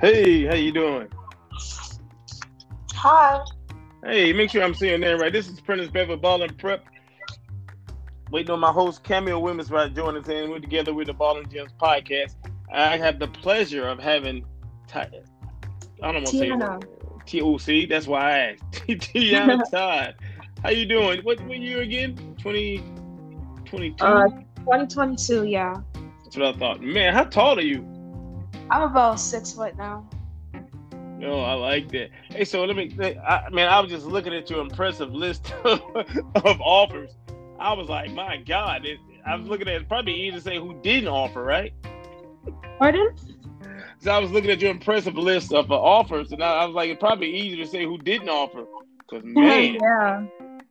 Hey, how you doing? Hi. Hey, make sure I'm saying that right. This is Prentice Beverly Ball and Prep. Waiting on my host Cameo Women's right join us in. We're together with the Ball and Gems podcast. I have the pleasure of having Ty- I don't want to say Tiana. TOC. That's why I asked. Tiana Todd. How you doing? What what year again? 2022? Uh, 2022, yeah. That's what I thought. Man, how tall are you? I'm about six foot now. No, Oh, I like that. Hey, so let me. I, man, I was just looking at your impressive list of, offers. I was like, my God! It, I was looking at it's probably easy to say who didn't offer, right? Pardon? So I was looking at your impressive list of uh, offers, and I, I was like, it's probably easy to say who didn't offer. Cause man, yeah.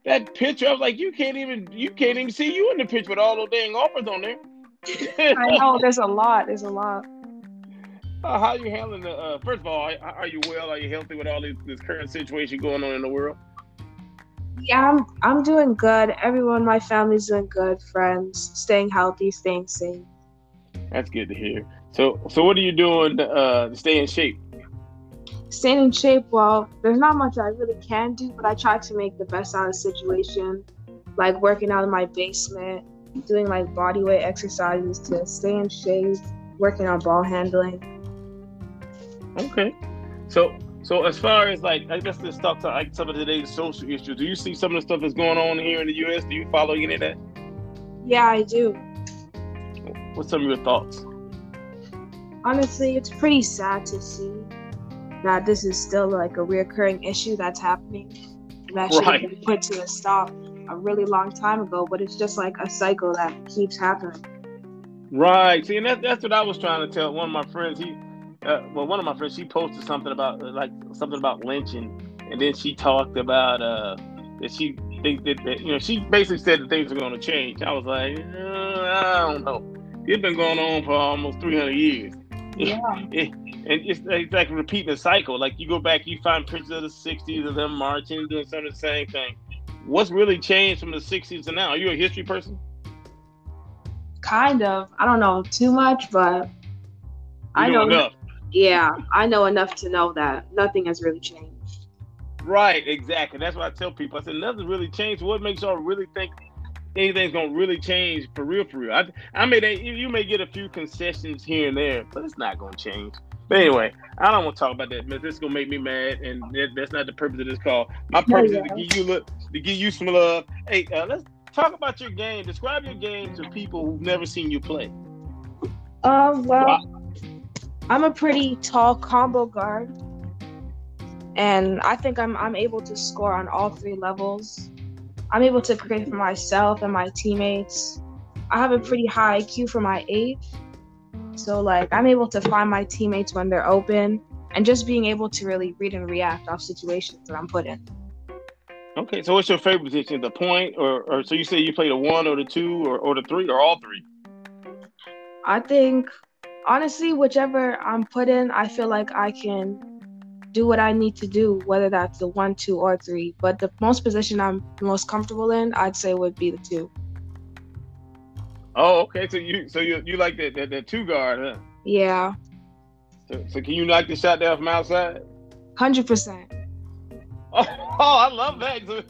that picture, I was like, you can't even, you can't even see you in the picture with all those dang offers on there. I know there's a lot. There's a lot. Uh, how you handling the? Uh, first of all, are, are you well? Are you healthy with all this, this current situation going on in the world? Yeah, I'm I'm doing good. Everyone, in my family's doing good. Friends, staying healthy, staying safe. That's good to hear. So, so what are you doing uh, to stay in shape? Staying in shape. Well, there's not much I really can do, but I try to make the best out of the situation, like working out in my basement, doing like body weight exercises to stay in shape, working on ball handling. Okay. So, so as far as like, I guess let's talk to like some of today's social issues. Do you see some of the stuff that's going on here in the U.S.? Do you follow any of that? Yeah, I do. What's some of your thoughts? honestly, it's pretty sad to see that this is still like a reoccurring issue that's happening. That should have Right. been put to a stop a really long time ago, but it's just like a cycle that keeps happening. Right. See, and that, that's what I was trying to tell one of my friends. He, uh, well, one of my friends, she posted something about uh, like something about lynching, and then she talked about uh, that she think that, that you know she basically said that things are going to change. I was like, uh, I don't know. It's been going on for almost 300 years. Yeah. and it's, it's like repeating the cycle. Like you go back, you find pictures of the '60s of them marching, doing some of the same thing. What's really changed from the '60s to now? Are you a history person? Kind of. I don't know too much, but I You know. enough. Yeah, I know enough to know that nothing has really changed. Right, exactly. That's what I tell people. I said nothing's really changed. What makes y'all really think anything's gonna really change for real? For real, I, I may they, you you may get a few concessions here and there, but it's not gonna change. But anyway, I don't want to talk about that. Man, this is gonna make me mad, and that, that's not the purpose of this call. My purpose is to give you look, to give you some love. Hey, uh, let's talk about your game. Describe your game to people who've never seen you play. Um. Well, I'm a pretty tall combo guard, and I think I'm I'm able to score on all three levels. I'm able to create for myself and my teammates. I have a pretty high IQ for my age, so like I'm able to find my teammates when they're open, and just being able to really read and react off situations that I'm put in. Okay, so what's your favorite position? The point, or, or so you say you play the one or the two or, or the three or all three? I think honestly, whichever I'm put in, I feel like I can do what I need to do, whether that's the one, two, or three. But the most position I'm most comfortable in, I'd say would be the two. Oh, okay. So you so you you like that that, that two guard, huh? Yeah, So, so can you knock the shot down from outside? hundred percent. Oh, I love that. So,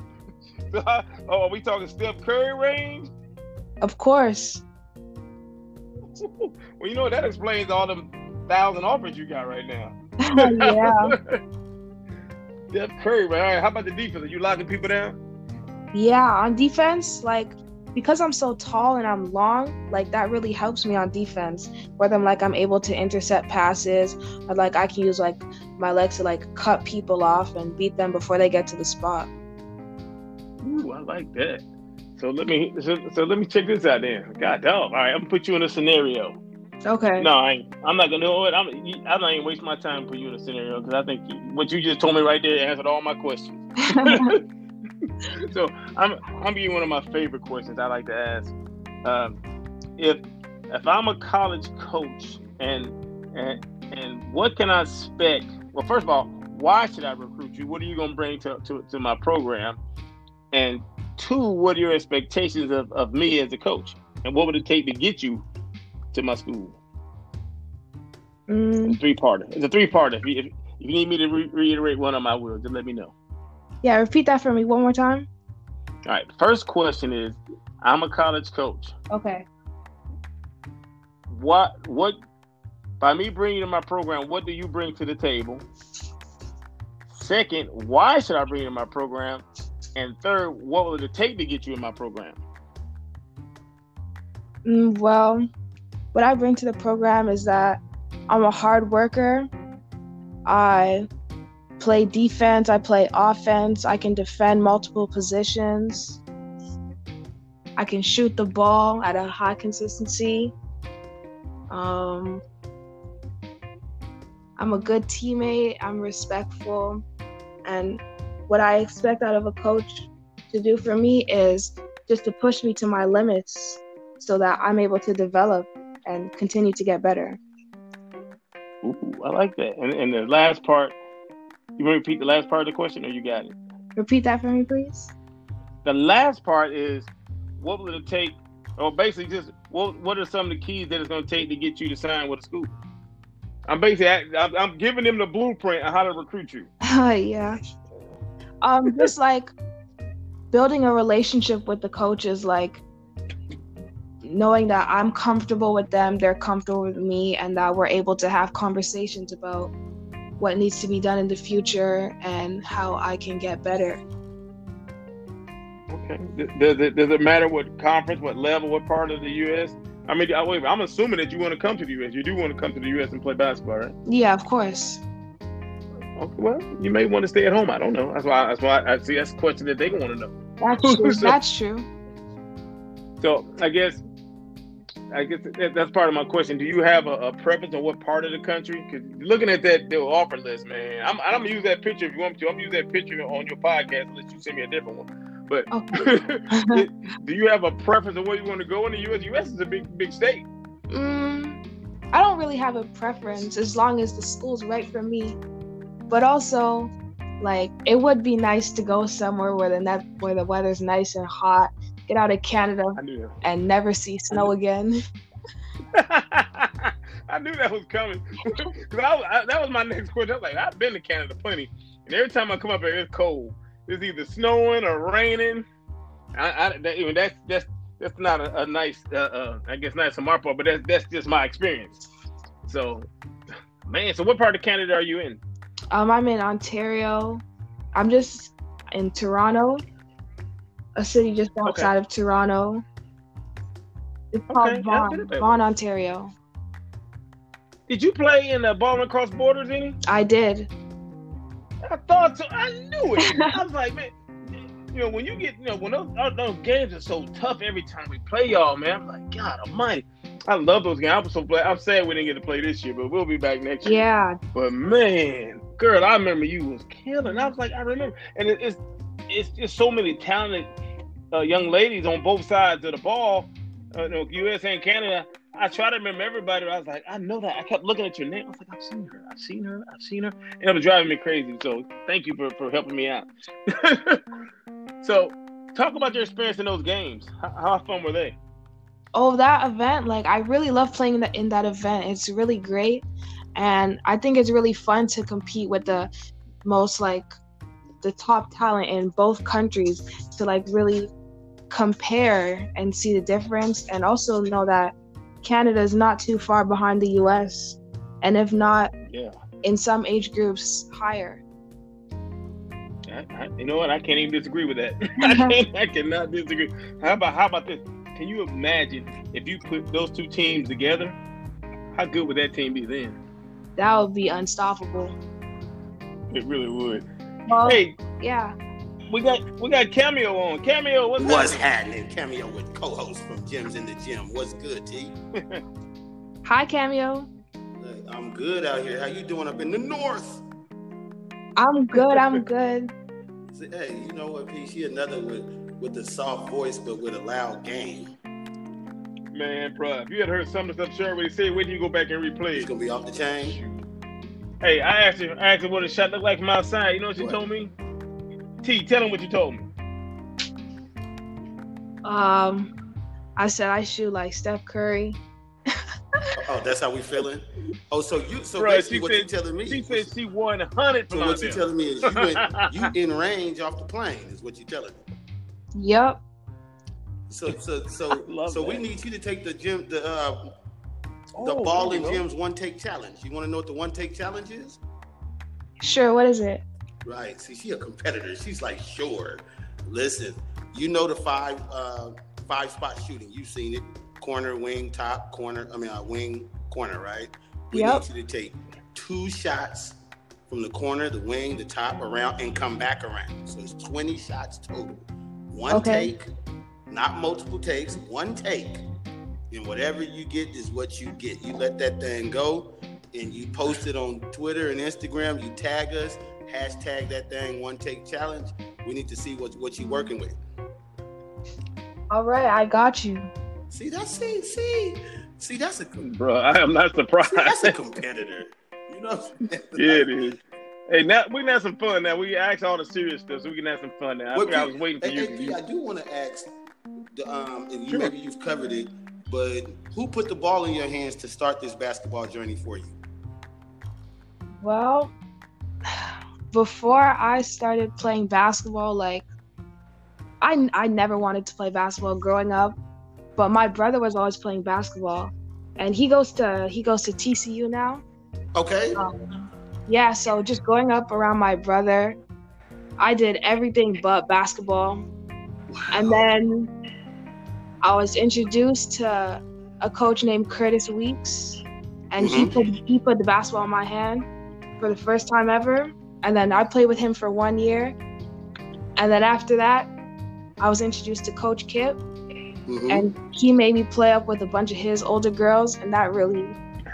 so I- oh, are we talking Steph Curry range? Of course. well, you know what? That explains all them thousand offers you got right now. yeah, Steph Curry, right? All right. How about the defense? Are you locking people down? yeah. On defense, like because I'm so tall and I'm long, like that really helps me on defense. Whether I'm like I'm able to intercept passes, or like I can use like my legs to like cut people off and beat them before they get to the spot. Ooh, I like that. So let me so, so let me check this out then. God dog. All right, I'm gonna put you in a scenario. Okay. No, I ain't. I'm not gonna do it. I'm, you- I'm not even waste my time putting you in a scenario because I think you, what you just told me right there answered all my questions. so I'm I'm gonna give you one of my favorite questions I like to ask. Um, if if I'm a college coach and and and what can I expect? Well, first of all, why should I recruit you? What are you gonna bring to to, to my program? And two, what are your expectations of, of me as a coach? And what would it take to get you to my school? Mm, It's a three parter. It's a three parter. If, you- if, if you need me to re- reiterate one of them, I will. Just let me know. yeah, repeat that for me one more time. All right. First question is, I'm a college coach. Okay. What what by me bringing you to my program, what do you bring to the table? Second, why should I bring you to my program? And third, what would it take to get you in my program? Mm, well, what I bring to the program is that I'm a hard worker. I play defense, I play offense, I can defend multiple positions. I can shoot the ball at a high consistency. Um, I'm a good teammate, I'm respectful, and what I expect out of a coach to do for me is just to push me to my limits so that I'm able to develop and continue to get better. Ooh, I like that. And, and the last part, you want to repeat the last part of the question, or you got it? Repeat that for me, please. The last part is, what would it take? Or basically, just what what are some of the keys that it's going to take to get you to sign with a school? I'm basically I'm, I'm giving them the blueprint on how to recruit you. yeah. Um, just like building a relationship with the coach is like knowing that I'm comfortable with them, they're comfortable with me, and that we're able to have conversations about what needs to be done in the future and how I can get better. Okay. Does it, does it matter what conference, what level, what part of the U.S.? I mean, I, wait, I'm assuming that you want to come to the U.S. You do want to come to the U.S. and play basketball, right? Yeah, of course. Okay, well, you may want to stay at home. I don't know. That's why. That's why. I see. That's a question that they want to know. That's true. That's true. So I guess, I guess that, that's part of my question. Do you have a, a preference on what part of the country? Because looking at that the offer list, man, I'm I'm gonna use that picture if you want me to. I'm gonna use that picture on your podcast unless you send me a different one. But Okay. Oh. do you have a preference on where you want to go in the U.S.? U.S. is a big big state. Mm, I don't really have a preference as long as the school's right for me. But also, like, it would be nice to go somewhere where the net, where the weather's nice and hot, get out of Canada I knew that. and never see snow again. I knew that was coming. 'Cause I was- I- that was my next question. I was like, I've been to Canada plenty, and every time I come up here, it's cold. It's either snowing or raining. I, I that, even that's that's that's not a, a nice, uh, uh, I guess, nice on my part, but that's that's just my experience. So, man, so what part of Canada are you in? Um, I'm in Ontario. I'm just in Toronto, a city just outside of Toronto. It's called Okay, yeah, I've been Vaughan, there. Vaughan, Ontario. Did you play in the ball and cross borders any? I did. I thought so. I knew it. I was like, man, you know, when you get, you know, when those, uh, those games are so tough every time we play y'all, man. I'm like, God Almighty, I love those games. I'm so glad. I'm sad we didn't get to play this year, but we'll be back next year. Yeah, But man, girl, I remember you was killing. I was like, I remember, and it, it's it's just so many talented uh, young ladies on both sides of the ball, uh, you know, U.S. and Canada. I try to remember everybody. but I was like, I know that. I kept looking at your name. I was like, I've seen her. I've seen her. I've seen her. And it was driving me crazy. So thank you for, for helping me out. so talk about your experience in those games. How, how fun were they? oh that event like i really love playing in, the, in that event it's really great and i think it's really fun to compete with the most like the top talent in both countries to like really compare and see the difference and also know that canada is not too far behind the us and if not Yeah. in some age groups higher I, I, you know what? I can't even disagree with that. I, can't, I cannot disagree. How about how about this? Can you imagine if you put those two teams together? How good would that team be then? that would be unstoppable It really would. well Hey, yeah we got we got cameo on cameo. What's, What's happening? happening? Cameo with co-host from Gems in the Gym. What's good, T? hi cameo Look, I'm good out here. How you doing up in the north? i'm good i'm good Say, hey, you know what, P? She another with with the soft voice, but with a loud game. Man, bro, if you had heard some of the stuff Sherry would say, wait till you go back and replay It's it. gonna be off the chain. Hey, I asked her, I asked her what a shot looked like from outside. You know what she What? told me? T, tell him what you told me. Um, I said I shoot like Steph Curry. Oh, that's how we feeling. Oh, so you so Bruh, basically she what said- you telling me? She said she won hundred so from out what you there. telling me is you in, you in range off the plane is what you telling me. Yep. So so I so love so we that. need you to take the gym the uh, the Oh, ball there you and go. Jim's one take challenge. You want to know what the one take challenge is? Sure. What is it? Right. See, she a competitor. She's like, sure. Listen, you know the five uh, five spot shooting. You've seen it: corner, wing, top, corner. I mean, uh, wing, corner. Right. We Yep. need you to take two shots from the corner, the wing, the top, around, and come back around. So it's twenty shots total. One Okay. take, not multiple takes. One take. And whatever you get is what you get. You let that thing go, and you post it on Twitter and Instagram. You tag us hashtag that thing one take challenge we need to see what what you working with All right. I got you. see that's see see see that's a com- Bro, I am not surprised. see, that's a competitor you know what I'm saying? yeah, it is. Hey, now we can have some fun. Now we asked all the serious stuff, so we can have some fun. Now I, What think I pe- was waiting for Hey, you. hey, you- P, I do want to ask the, um and you, Sure. maybe you've covered it but who put the ball in your hands to start this basketball journey for you Well, before I started playing basketball, like I I never wanted to play basketball growing up, but my brother was always playing basketball, and he goes to he goes to TCU now. okay Um, yeah, so just growing up around my brother, I did everything but basketball, Oh. and then I was introduced to a coach named Curtis Weeks, and he Mm-hmm. Mhm. put he put the basketball in my hand for the first time ever, and then I played with him for one year, and then after that, I was introduced to Coach Kip, Mm-hmm. Mhm. and he made me play up with a bunch of his older girls, and that really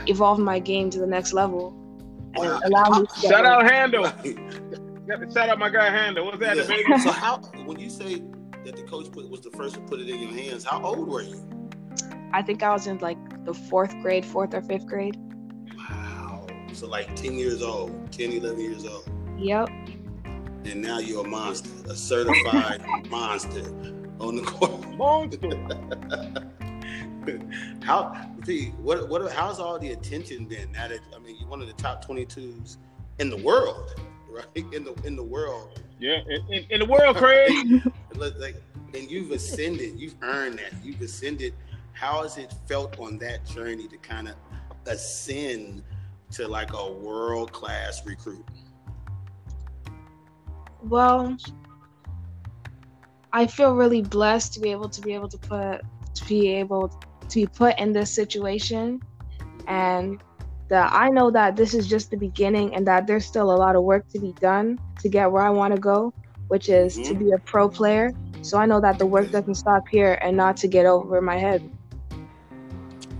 evolved my game to the next level. And Wow. allowed me to get Uh, Shout better. out Handle. Shout out my guy Handle. What's that, Yeah. baby? so how when you say that the coach put, was the first to put it in your hands how old were you I think I was in like the fourth grade, fourth or fifth grade. wow so like 10 years old 10 11 years old Yep. and now you're a monster, a certified monster on the court. Monster. How, see, what, what, how's all the attention been? Now that I mean, you're one of the top 22s in the world, right? In the in the world, Yeah, in, in, in the world, Craig. It looks like, and you've ascended. You've earned that. You've ascended. How has it felt on that journey to kind of ascend to like a world class recruit? Well, I feel really blessed to be able to be able to put to be able to be put in this situation and that I know that this is just the beginning and that there's still a lot of work to be done to get where I want to go, which is to Mhm. be a pro player. So I know that the work doesn't stop here and not to get over my head.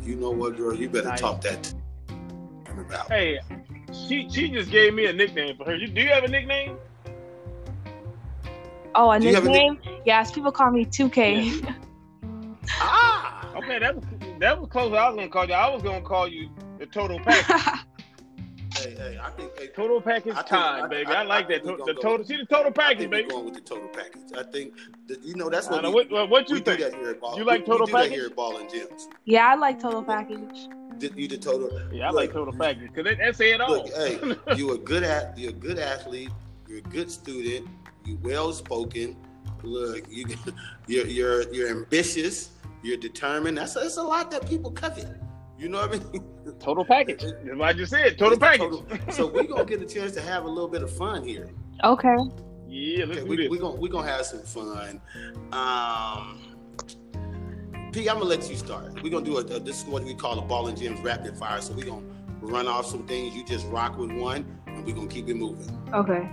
You know what, girl? You better Nice. talk that about. Hey, she she just gave me a nickname for her. You, do you have a nickname? Oh, and Do you have a nick- nickname? Yes, people call me 2K. Ah. Okay, Oh, that was that was close. I was gonna call you. I was gonna call you the total package. Hey, hey, I think hey, Total package I think- time, I- baby. I- I, I like think that. we To- gonna the go total, with- see the total I package, think we're baby. going with the total package. I think that, you know that's I what know. we, What, what, what you we do think? that here at Ball. You like we- total we do package? That here at Ball and Gems. yeah, I like total package. Did you the total? Yeah, I like Look, total package because that, that say it all. Look, hey, you a good at you're a good athlete. You're a good student. You well spoken. Look, you you're, you're you're ambitious. You're determined. That's that's a lot that people covet. You know what I mean? total package. That's what I just said. Total It's the package. total- so we're gonna get a chance to have a little bit of fun here. Okay. Yeah, let's Okay, do we, this. we're gonna we gonna have some fun. Um, P, I'm gonna let you start. We're gonna do a, a- this is what we call a ball and gems rapid fire. So we're gonna run off some things. You just rock with one, and we're gonna keep it moving. Okay.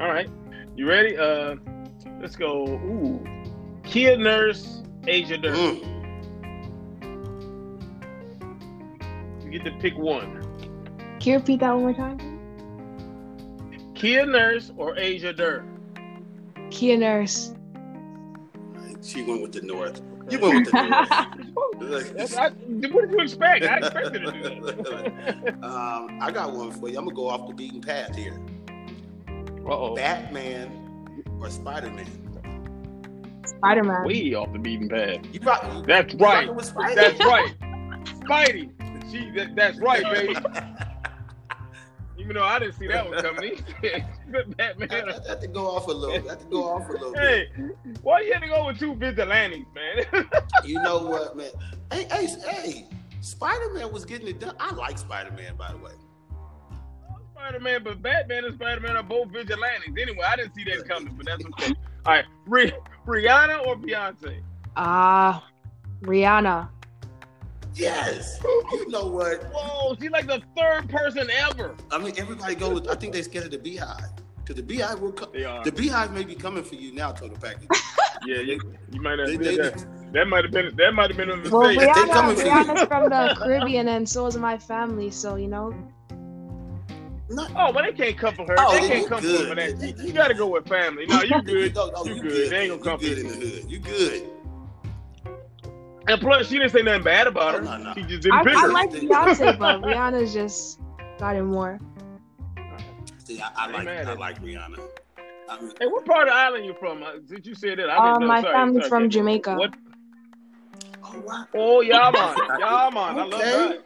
All right, you ready? Uh, let's go. Ooh, Kia Nurse, Asia Nurse. Mm. Mm. You get to pick one. Can you repeat that one more time? Kia Nurse or Asia Nurse. Kia Nurse. She went with the north. You went with the north. That's- I, what did you expect? I expected to do that. um, I got one for you. I'm gonna go off the beaten path here. uh oh, Batman or Spider Man? Spider Man. way off the beaten path. You probably That's right. With Spider-Man? That's right. Spidey. She, that, that's right, baby. Even though I didn't see that one coming. Batman. I, I had to go off a little. I had to go off a little bit. Hey, why you had to go with two vigilantes, man? You know what, man? Hey, hey, hey! Spider Man was getting it done. I like Spider Man, by the way. Spider Man, but Batman and Spider Man are both vigilantes. Anyway, I didn't see that coming, but that's okay. All right, Rih- Rihanna or Beyonce? Ah, Rihanna. Yes. You know what? Whoa, she's like the third person ever. I mean, everybody goes. I think they scared of the Beehive because the Beehive will come. They are. The Beehive may be coming for you now, total package. Yeah, you, you might have They- said they- that. That might have been that might have been a mistake. Well, Rihanna, coming for you. Rihanna's from the Caribbean, and so is my family. So you know, Not, Oh, but they can't come for her. Oh, they you can't come good. for that. You, you gotta go with family. No, you good. No, no, You good. They ain't man. gonna come Oh, You good for in the hood. You good. And plus, she didn't say nothing bad about her. No, no, no. She just I, didn't pick I her. like Beyonce, but Rihanna's just got it more. See, I, I They like mad I at like Rihanna. I mean, Hey, what part of the island you from? Uh, Did you say that? I Uh, didn't know. my Sorry, family's sorry. from Jamaica. What? oh wow. Oh, Yaman. Yaman. I love Okay. that.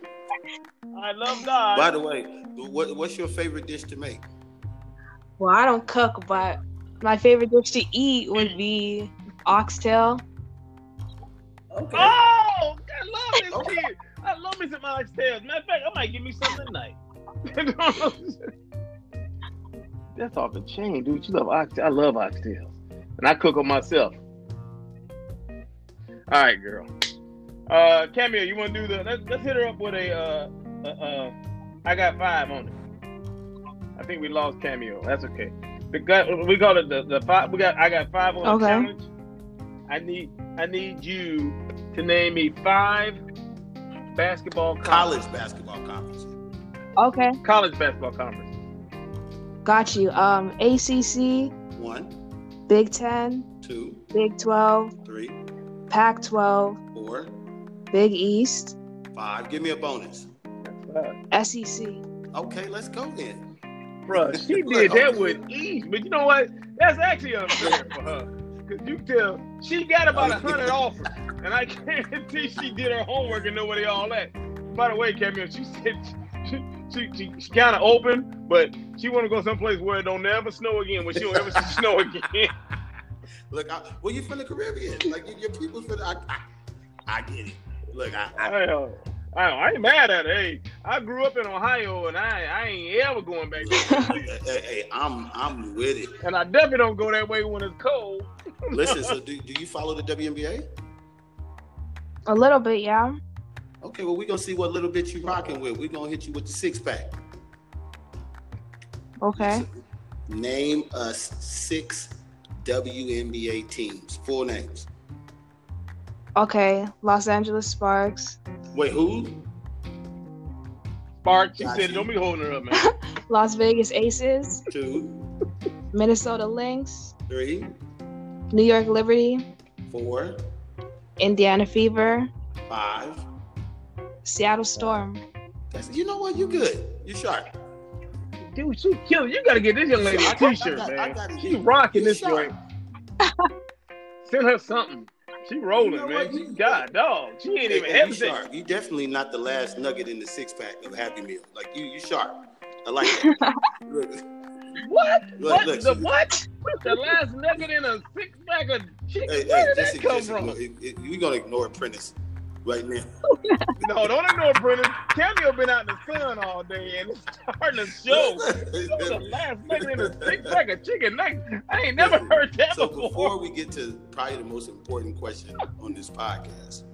I love that. By the way, what, what's your favorite dish to make? Well, I don't cook, but my favorite dish to eat would be oxtail. Okay. oh, I love this Okay. kid. I love me some oxtails. Matter of fact, I might give me some tonight. That's off the chain, dude. You love oxtails. I love oxtails. And I cook them myself. All right, girl. Uh, Cameo, you want to do the? Let's, let's hit her up with a. Uh, uh, uh, I got five on it. I think we lost Cameo. That's okay. The gu- we got it the, the five. We got I got five on the Okay. challenge. I need I need you to name me five basketball con- College basketball conference. Okay, college basketball conferences. got you. Um, ACC, One, Big Ten, two, Big Twelve, three, Pac Twelve, four, Big East, E five. Give me a bonus. SEC. Okay, let's go then. Bruh, she did that with ease, but you know what? That's actually unfair for her. Cause you can tell she got about a hundred offers, and I guarantee she did her homework and know where they all at. By the way, Camille, she said she she, she, she kind of open, but she want to go someplace where it don't never snow again, where she don't ever see snow again. Look, I, well, you from the Caribbean. Like you, your people's from. I, I, I get it. Look, I, I, Hell, I, I ain't mad at her. Hey, I grew up in Ohio, and I I ain't ever going back there. hey, hey, hey, I'm I'm with it. and I definitely don't go that way when it's cold. Listen, so do, do you follow the WNBA? A little bit, yeah. Okay, well, we're gonna see what little bit you rocking with. We're gonna hit you with the six pack. Okay. Name us six WNBA teams. Full names. Okay. Los Angeles Sparks, Wait, who? Spark, she Got said, you. "Don't be holding her up, man." Las Vegas Aces, Two, Minnesota Lynx, three, New York Liberty, four, Indiana Fever, five. Seattle Storm. That's, you know what? You good. You sharp. Dude, she killed. You gotta get this young lady I a got- I t-shirt, got- I man. got it. She rocking You this sharp. joint. Send her something. She rolling, You know man. what? She, God, dog. She ain't Hey, even hey, you hesitant. sharp. You definitely not the last nugget in the six pack of Happy Meal. Like you, you sharp. I like that. look, What? Look, what? look, the she- what? the last nugget in a six pack of chicken. hey, hey, Where did just, that come just from? ignore- it- it- we gonna ignore Prentice right now. No, don't ignore Brennan. Cameo been out in the sun all day and it's starting to show. That was the last nugget in a six pack of chicken nugget. I ain't never heard that so before. before we get to probably the most important question on this podcast,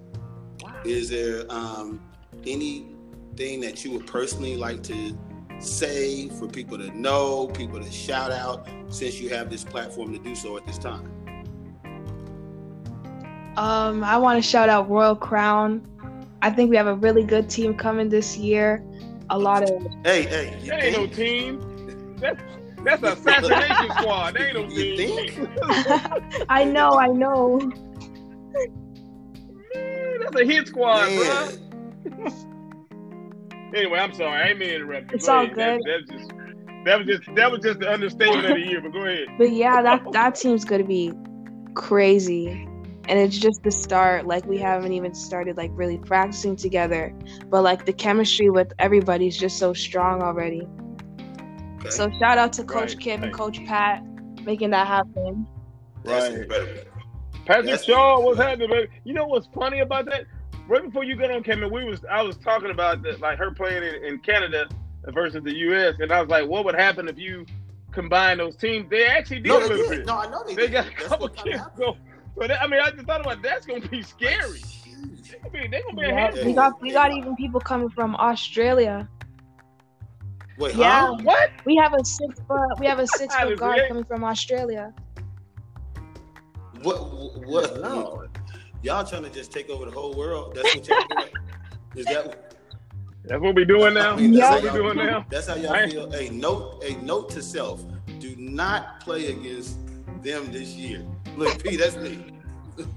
is there um, anything that you would personally like to say for people to know, people to shout out, since you have this platform to do so at this time? Um, I want to shout out Royal Crown. I think we have a really good team coming this year. A lot of Hey, hey, you That ain't no think? team. That's that's a assassination squad. That ain't no You team. think? I know, I know. Man, That's a hit squad, bro. Man. Anyway, I'm sorry. I ain't mean to interrupt you. It's Go all ahead. That, that's just that was just that was just the understatement of the year. But go ahead. But yeah, that that team's gonna be crazy. and it's just the start like we haven't even started like really practicing together but like the chemistry with everybody's just so strong already Okay. so shout out to coach Right, kim and right. coach pat making that happen That's Right. incredible. Patrick That's- Shaw, what's happening, baby? You know what's funny about that? Right before you got on camera, we was I was talking about that, like her playing in, in Canada versus the U.S. and I was like, what would happen if you combine those teams? They actually did. No, a they little did. bit. No, I know they, they did. got a That's couple what kinda kids. happened. So, so that, I mean, I just thought about that's gonna be scary. Huge. I mean, they're gonna be a Yep, handful. we got we got even people coming from australia Wait, Yeah. huh? What? we have a six foot we have a six That foot is guard great. coming from australia What? What? No. Y'all trying to just take over the whole world? That's what y'all doing. Is that? That's what we doing now. I mean, that's that's what we how y'all- doing now. That's how y'all Right. feel. A note. A note to self: Do not play against them this year. Look, P, that's me.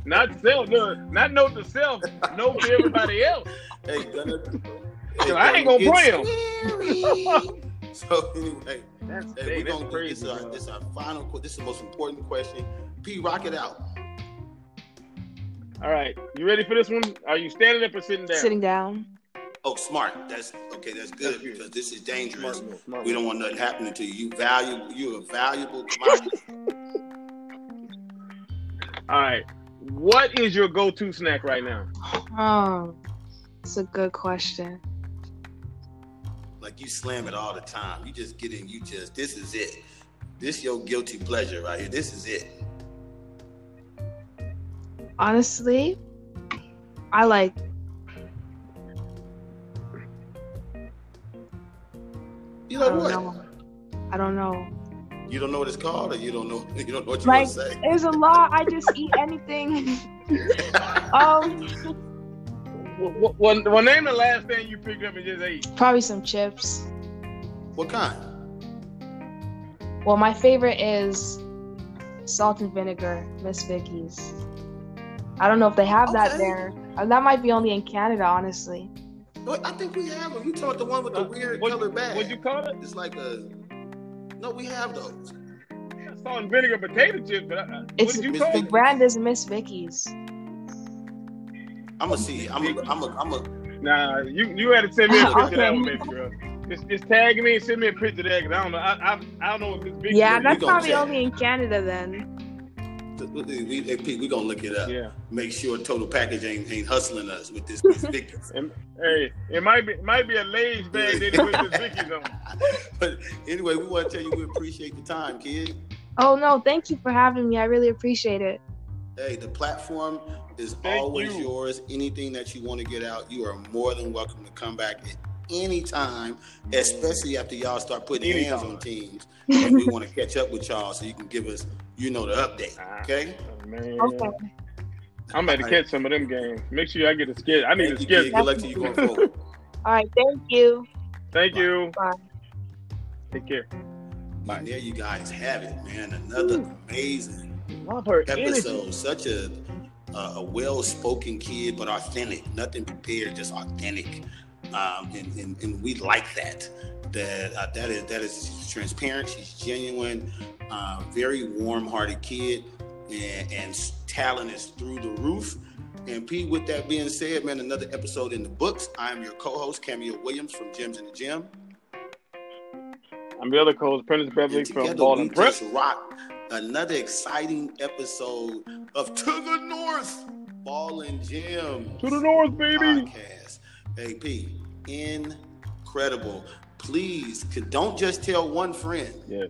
Not self, no, not note to self, note to everybody else. Hey, gonna, So I ain't gonna play 'em. them. So anyway, That's, hey, that's we're gonna do this. crazy. Is our, bro. this our final. que- This is the most important question. P, rock it out. All right, you ready for this one? Are you standing up or sitting down? sitting down Oh, smart. That's okay. That's good That's good. because this is dangerous. Smart move, smart We move. don't want nothing happening to you. You valuable. You're a valuable commodity. All right. What is your go-to snack right now? oh it's a good question like you slam it all the time. You just get in. You just this is it. This your guilty pleasure right here. This is it. honestly i like You i like don't what? know i don't know You don't know what it's called, or you don't know. You don't know what you Like- want to say. There's a lot. I just eat anything. um, Well, well, well, name the last thing you picked up and just ate. probably some chips. What kind? Well, my favorite is salt and vinegar, Miss Vicky's. I don't know if they have that Okay. there. Uh, That might be only in Canada, honestly. What, I think we have them. You talking about the one with the weird Uh, what, color bag? What'd you call it? it's like a. No, we have those. Salt and vinegar potato chips. But I, I- It's- what'd you Miss call The it? Vicky. brand is Miss Vicky's. I'm gonna see. I'm. i I'm. i I'm. a. Nah, you you had to send me a picture of that Ah, Okay. one, baby girl. Just, just tag me and send me a picture of that. 'cause I don't know. I, I, I don't know if this big. Yeah, that- that's gonna probably check. only in Canada then. We, hey, Pete, we gonna look it up. Yeah. Make sure Total Package ain't, ain't hustling us with this. Miss Vicky's. Hey, it might be might be a Lay's bag that it was Miss Vicky's on. but anyway, we want to tell you we appreciate the time, kid. Oh no, thank you for having me. I really appreciate it. Hey, the platform is Thank always you. yours. Anything that you want to get out, you are more than welcome to come back at any time, especially after y'all start putting Any hands time. on teams. and we want to catch up with y'all so you can give us, you know, the update. Okay? Oh, man. Okay. I'm about to catch some of them games. Make sure I get a schedule. I need Thank a you, schedule. kid. Good luck to you going forward. All right. Thank you. Thank you. Bye. Take care. And there you guys have it, man. Another amazing Love her energy. episode. Such a a, a well-spoken kid, but authentic. Nothing prepared, just authentic. Um, and, and, and we like that. That uh, that is that is she's transparent. She's genuine. Uh, very warm-hearted kid, and, and s- talent is through the roof. And P, with that being said, man, another episode in the books. I'm your co-host, Cameo Williams from Gems in the Gym. I'm the other co-host, Prentice Beverly And from together Ball we and Prep. just rock another exciting episode of To the North Ball and Gym To the north, baby. podcast. AP, incredible. Please, could, don't just tell one friend. Yes.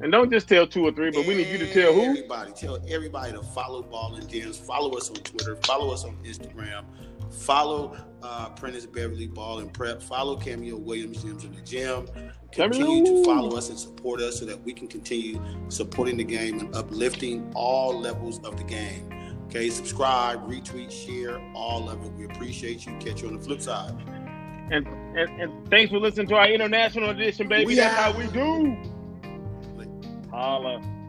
And don't just tell two or three, but we need you to tell who. Everybody, tell everybody to follow Ball and Gems. Follow us on Twitter. Follow us on Instagram. Follow uh, Prentice Beverly Ball and Prep. Follow Cameo Williams Gems in the Gym. Continue to Cameo. follow us and support us so that we can continue supporting the game and uplifting all levels of the game. Okay, subscribe, retweet, share, all of it. We appreciate you. Catch you on the flip side. And, and and thanks for listening to our international edition, baby. We That's out. how we do. Holla.